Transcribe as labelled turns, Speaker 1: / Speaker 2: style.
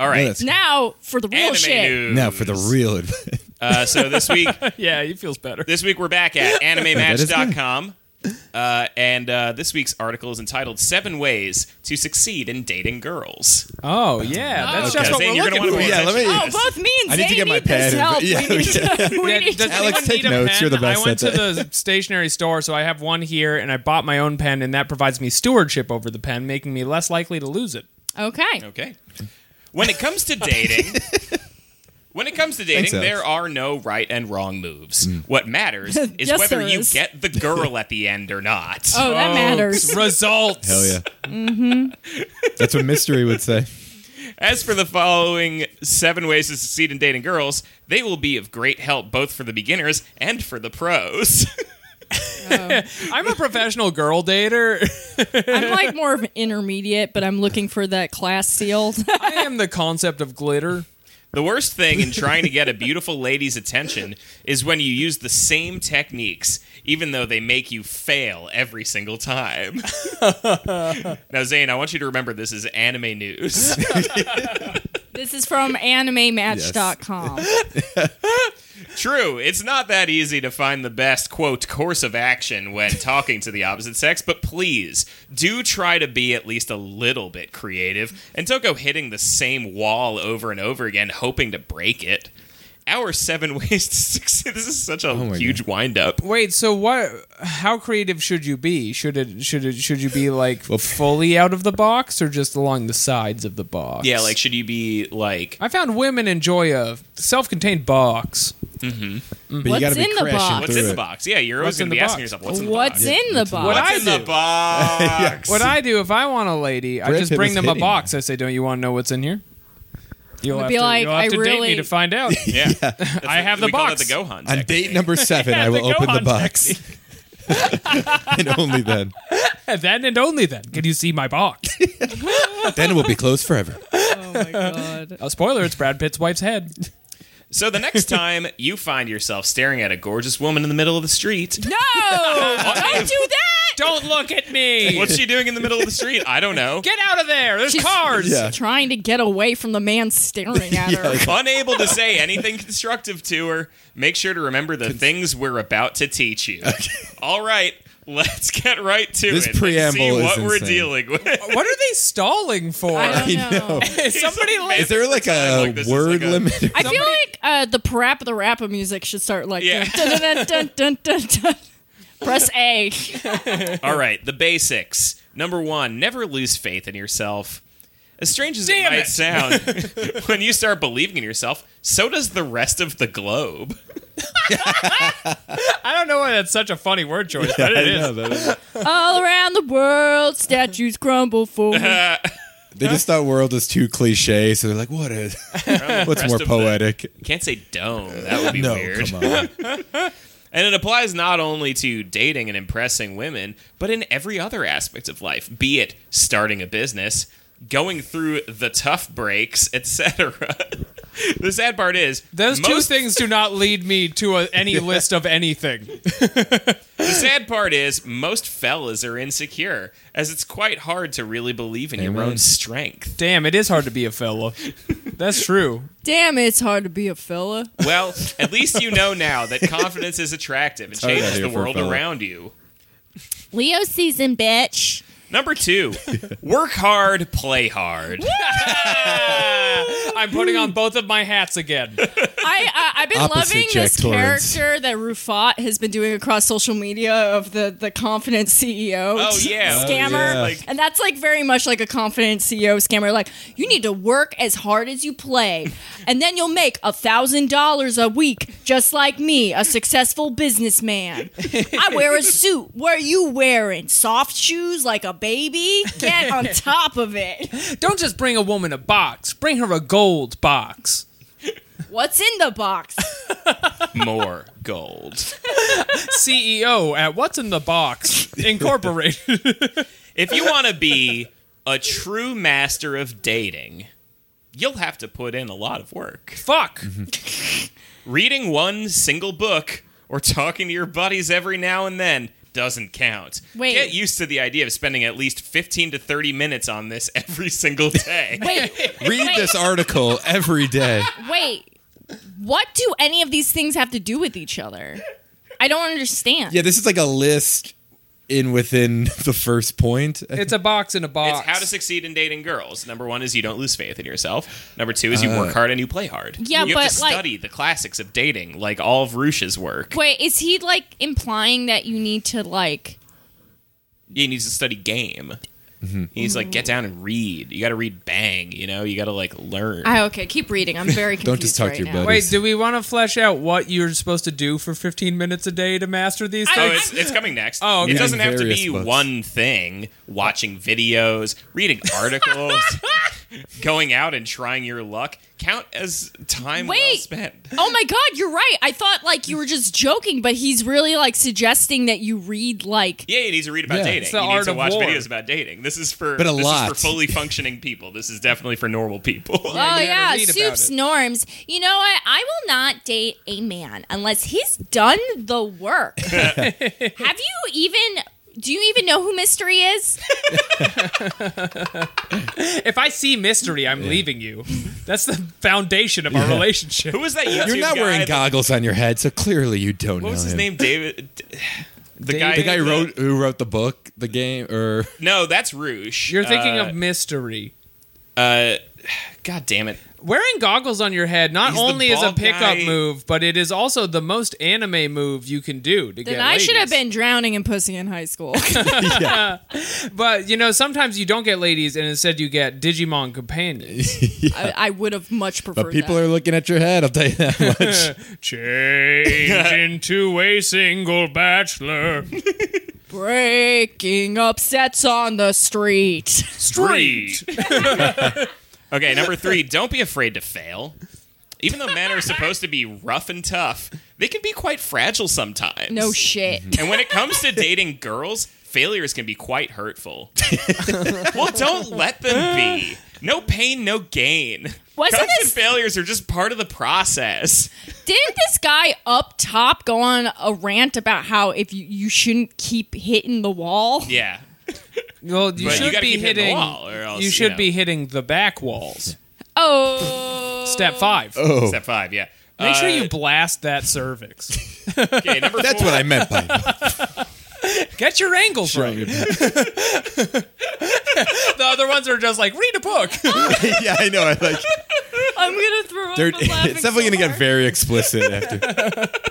Speaker 1: All
Speaker 2: No,
Speaker 1: right.
Speaker 2: that's-
Speaker 3: Now for the real
Speaker 1: Anime
Speaker 3: shit.
Speaker 1: news.
Speaker 2: now for the real advice.
Speaker 1: Uh, so this week,
Speaker 4: yeah, he feels better.
Speaker 1: this week we're back at
Speaker 2: is good.
Speaker 1: animematch.com. Uh, and uh, this week's article is entitled Seven Ways to Succeed in Dating Girls.
Speaker 4: Oh yeah, that's
Speaker 3: Okay.
Speaker 4: just what
Speaker 1: Zane,
Speaker 4: we're
Speaker 1: you're
Speaker 4: looking
Speaker 1: gonna
Speaker 4: for.
Speaker 1: wanna
Speaker 2: Yeah, let me.
Speaker 3: Oh, both me and
Speaker 2: I
Speaker 3: Zane
Speaker 2: need to get my
Speaker 3: this
Speaker 2: pad and-
Speaker 3: help.
Speaker 2: yeah,
Speaker 3: we need
Speaker 2: yeah.
Speaker 3: to, we
Speaker 4: Yeah,
Speaker 3: need
Speaker 4: does
Speaker 3: to-
Speaker 2: Alex,
Speaker 4: anyone
Speaker 2: take
Speaker 4: need a
Speaker 2: notes.
Speaker 4: pen?
Speaker 2: You're the best
Speaker 4: I went
Speaker 2: at
Speaker 4: to the stationery store, so I have one here, and I bought my own pen, and that provides me stewardship over the pen, making me less likely to lose it.
Speaker 3: Okay.
Speaker 1: Okay. When it comes to dating, when it comes to dating,
Speaker 2: Thanks, Alex.
Speaker 1: there are no right and wrong moves.
Speaker 2: Mm.
Speaker 1: What matters is
Speaker 3: Yes,
Speaker 1: whether
Speaker 3: there
Speaker 1: you
Speaker 3: is.
Speaker 1: get the girl at the end or not.
Speaker 3: Oh, that matters.
Speaker 4: Results.
Speaker 2: Hell yeah. Mm-hmm. That's what mystery would say.
Speaker 1: As for the following seven ways to succeed in dating girls, they will be of great help both for the beginners and for the pros.
Speaker 4: I'm a professional girl dater.
Speaker 3: I'm like more of an intermediate, but I'm looking for that class seal.
Speaker 4: I am the concept of glitter.
Speaker 1: the worst thing in trying to get a beautiful lady's attention is when you use the same techniques, even though they make you fail every single time. now, Zane, I want you to remember this is anime news.
Speaker 3: this is from animematch.com.
Speaker 1: True, it's not that easy to find the best, quote, course of action when talking to the opposite sex, but please do try to be at least a little bit creative and don't go hitting the same wall over and over again, hoping to break it. Our seven ways to succeed. This is such a
Speaker 2: my
Speaker 1: huge windup.
Speaker 4: Wait, so what? How creative should you be? Should it? Should it? Should you be like fully out of the box, or just along the sides of the box?
Speaker 1: Yeah, like, should you be like.
Speaker 4: I found women enjoy a self-contained box.
Speaker 2: But
Speaker 3: What's
Speaker 2: you gotta be
Speaker 3: in the
Speaker 2: crashing
Speaker 3: box?
Speaker 1: What's
Speaker 2: through
Speaker 1: in the
Speaker 2: it.
Speaker 1: box? Yeah, you're always
Speaker 4: What's
Speaker 1: going to
Speaker 4: in the
Speaker 1: be
Speaker 4: box?
Speaker 1: asking yourself, what's in the
Speaker 3: What's
Speaker 1: box?
Speaker 3: in the
Speaker 4: What
Speaker 3: box?
Speaker 1: What's
Speaker 4: I
Speaker 1: in the
Speaker 4: do.
Speaker 1: box?
Speaker 4: What I do if I want a lady, I
Speaker 2: Brad
Speaker 4: just
Speaker 2: Pitt
Speaker 4: bring
Speaker 2: was
Speaker 4: them a
Speaker 2: hitting
Speaker 4: box. I say, "Don't you want to know what's in here?" You'll
Speaker 3: I'd
Speaker 4: have
Speaker 3: be
Speaker 4: to,
Speaker 3: like,
Speaker 4: you'll have
Speaker 3: I
Speaker 4: to date
Speaker 3: really-
Speaker 4: me to find out.
Speaker 1: Yeah.
Speaker 4: I have the
Speaker 1: we Call that
Speaker 4: box.
Speaker 1: the Gohan
Speaker 2: On
Speaker 1: technique.
Speaker 2: date number seven, I will
Speaker 4: the
Speaker 2: open the
Speaker 4: Gohan
Speaker 2: box. and only then.
Speaker 4: then and only then can you see my box.
Speaker 2: Then we'll be closed forever.
Speaker 3: oh my god.
Speaker 4: a spoiler: it's Brad Pitt's wife's head.
Speaker 1: So the next time you find yourself staring at a gorgeous woman in the middle of the street,
Speaker 3: No! Don't do that!
Speaker 4: Don't look at me.
Speaker 1: What's she doing in the middle of the street? I don't know.
Speaker 4: Get out of there. There's cars.
Speaker 2: Yeah.
Speaker 3: Trying to get away from the man staring at her.
Speaker 1: Unable to say anything constructive to her, make sure to remember the things we're about to teach you. All right, let's get right to
Speaker 2: This
Speaker 1: it. and
Speaker 2: preamble
Speaker 1: see
Speaker 2: is
Speaker 1: what we're
Speaker 2: insane.
Speaker 1: dealing with.
Speaker 4: What are they stalling for?
Speaker 3: I don't know.
Speaker 2: know.
Speaker 4: Somebody
Speaker 1: He's a
Speaker 4: like
Speaker 2: Is there like a
Speaker 1: Like, this is
Speaker 2: word
Speaker 1: like a-
Speaker 2: limit?
Speaker 3: I feel like uh, the parap of the rapper music should start like
Speaker 1: Yeah.
Speaker 3: dun, dun, dun, dun, dun, dun, dun. press A.
Speaker 2: Oh,
Speaker 1: All right, the basics. Number one, never lose faith in yourself. As strange as
Speaker 4: Damn
Speaker 1: it might
Speaker 4: it.
Speaker 1: sound, when you start believing in yourself, so does the rest of the globe.
Speaker 4: I don't know why that's such a funny word choice, but it is.
Speaker 3: All around the world, statues crumble for me.
Speaker 2: They just thought world is too cliche, so they're like, what is what's
Speaker 1: Rest
Speaker 2: more
Speaker 1: of the-
Speaker 2: poetic?
Speaker 1: Can't say dome. That would be
Speaker 2: No,
Speaker 1: weird.
Speaker 2: come on.
Speaker 1: And it applies not only to dating and impressing women, but in every other aspect of life, be it starting a business, going through the tough breaks, etc. the sad part is
Speaker 4: Those two
Speaker 1: most-
Speaker 4: things do not lead me to a, any list of anything.
Speaker 1: The sad part is most fellas are insecure, as it's quite hard to really believe in your
Speaker 2: Amen.
Speaker 1: own strength.
Speaker 4: Damn, it is hard to be a fella. That's true.
Speaker 3: Damn, it's hard to be a fella.
Speaker 1: Well, at least you know now that confidence is attractive and
Speaker 2: hard out
Speaker 1: changes
Speaker 2: here
Speaker 1: the
Speaker 2: for a
Speaker 1: world
Speaker 2: fella.
Speaker 1: around you.
Speaker 3: Leo season, bitch.
Speaker 1: Number two, work hard, play hard.
Speaker 4: I'm putting on both of my hats again.
Speaker 3: I, I I've been
Speaker 2: Opposite
Speaker 3: loving
Speaker 2: Jack
Speaker 3: this
Speaker 2: Torrance.
Speaker 3: character that Rufat has been doing across social media of the the confident CEO.
Speaker 1: Oh, yeah. Oh,
Speaker 3: scammer,
Speaker 2: yeah.
Speaker 1: Like-
Speaker 3: and that's like very much like a confident CEO scammer. Like you need to work as hard as you play, and then you'll make a thousand dollars a week, just like me, a successful businessman. I wear a suit. What are you wearing? Soft shoes like a baby? Get on top of it.
Speaker 4: Don't just bring a woman a box, bring her a gold box.
Speaker 3: What's in the box?
Speaker 1: More gold.
Speaker 4: CEO E at What's in the Box Incorporated.
Speaker 1: if you want to be a true master of dating, you'll have to put in a lot of work.
Speaker 4: Fuck.
Speaker 1: Reading one single book or talking to your buddies every now and then doesn't count.
Speaker 3: Wait.
Speaker 1: Get used to the idea of spending at least 15 to 30 minutes on this every single day.
Speaker 3: Wait,
Speaker 2: Read
Speaker 3: Wait.
Speaker 2: this article every day.
Speaker 3: wait. What do any of these things have to do with each other? I don't understand.
Speaker 2: Yeah, this is like a list in within the first point.
Speaker 4: It's a box in a box.
Speaker 1: It's how to succeed in dating girls. Number one is you don't lose faith in yourself. Number two is you work hard and you play hard.
Speaker 3: Yeah,
Speaker 1: you have to
Speaker 3: but, like-
Speaker 1: study the classics of dating, like all of Rush's work.
Speaker 3: Wait, is he like implying that you need to like?
Speaker 1: He needs to study game.
Speaker 2: Mm-hmm.
Speaker 1: He needs to like get down and read. You got to read bang. You know, you got to like learn.
Speaker 3: I okay, keep reading. I'm very confused
Speaker 2: Don't just talk
Speaker 3: right
Speaker 2: to your
Speaker 3: now.
Speaker 2: buddy.
Speaker 4: Wait, do we want to flesh out what you're supposed to do for 15 minutes a day to master these
Speaker 1: Oh,
Speaker 3: I-
Speaker 4: things?
Speaker 1: it's, it's coming next.
Speaker 4: Oh, okay.
Speaker 1: It doesn't have to
Speaker 2: Various
Speaker 1: be
Speaker 2: books.
Speaker 1: one thing. Watching videos, reading articles, going out and trying your luck count as time well
Speaker 3: Wait.
Speaker 1: spent.
Speaker 3: Oh my god, you're right. I thought like you were just joking, but he's really like suggesting that you read like
Speaker 1: Yeah, you need to read about
Speaker 2: Yeah.
Speaker 1: dating.
Speaker 2: It's
Speaker 4: the
Speaker 1: you need
Speaker 4: art
Speaker 1: to
Speaker 4: of
Speaker 1: watch
Speaker 4: war.
Speaker 1: videos about dating. This is for
Speaker 2: But a
Speaker 1: this is
Speaker 2: lot.
Speaker 1: for fully functioning people. This is definitely for normal people.
Speaker 3: Oh
Speaker 4: you gotta
Speaker 3: yeah,
Speaker 4: read about
Speaker 3: soup's
Speaker 4: it.
Speaker 3: norms. You know what? I will not date a man unless he's done the work. Have you even? Do you even know who Mystery is?
Speaker 4: if I see mystery, I'm leaving you. That's the foundation of our relationship.
Speaker 1: Who was that? YouTube
Speaker 2: You're not
Speaker 1: guy
Speaker 2: wearing
Speaker 1: that-
Speaker 2: goggles on your head, so clearly you don't know
Speaker 1: What was his
Speaker 2: him.
Speaker 1: name? David. The
Speaker 4: David-
Speaker 1: guy.
Speaker 2: The guy
Speaker 1: who
Speaker 2: who wrote who wrote the book, the game, or
Speaker 1: No, that's Rouge.
Speaker 4: You're thinking
Speaker 1: Uh,
Speaker 4: of mystery.
Speaker 1: Uh, God damn it!
Speaker 4: Wearing goggles on your head not
Speaker 1: He's the
Speaker 4: only is a
Speaker 1: bald
Speaker 4: pickup
Speaker 1: guy.
Speaker 4: move, but it is also the most anime move you can do to
Speaker 3: Then
Speaker 4: get
Speaker 3: I should have
Speaker 4: ladies.
Speaker 3: been drowning in pussy in high school.
Speaker 4: But you know, sometimes you don't get ladies, and instead you get Digimon companions.
Speaker 3: I, I would have much preferred.
Speaker 2: but people
Speaker 3: that.
Speaker 2: are looking at your head. I'll tell you that much.
Speaker 4: Change into a single bachelor.
Speaker 3: breaking upsets on the street.
Speaker 1: Street. okay, number three. Don't be afraid to fail. Even though men are supposed to be rough and tough, they can be quite fragile sometimes.
Speaker 3: No shit.
Speaker 2: Mm-hmm.
Speaker 1: And when it comes to dating girls, failures can be quite hurtful. well, don't let them be. No pain, no gain.
Speaker 3: Wasn't
Speaker 1: Constant
Speaker 3: this-
Speaker 1: failures are just part of the process.
Speaker 3: Didn't this guy up top go on a rant about how if you, you shouldn't keep hitting the wall?
Speaker 1: Yeah.
Speaker 4: Well, you
Speaker 1: But you
Speaker 4: should
Speaker 1: gotta
Speaker 4: be
Speaker 1: keep hitting
Speaker 4: hitting.
Speaker 1: the wall or else,
Speaker 4: you
Speaker 1: you
Speaker 4: should
Speaker 1: know.
Speaker 4: be hitting the back walls.
Speaker 3: Oh.
Speaker 4: Step five.
Speaker 2: Oh,
Speaker 1: Step five, yeah.
Speaker 4: Make sure
Speaker 1: Uh,
Speaker 4: you blast that cervix.
Speaker 1: Okay, number
Speaker 2: that's
Speaker 1: four.
Speaker 2: what I meant by
Speaker 4: Get your angles right. The other ones are just like read a book.
Speaker 2: yeah, I know. I like
Speaker 3: I'm gonna throw
Speaker 2: they're,
Speaker 3: up. I'm laughing
Speaker 2: it's definitely
Speaker 3: so
Speaker 2: gonna get
Speaker 3: hard.
Speaker 2: very explicit after.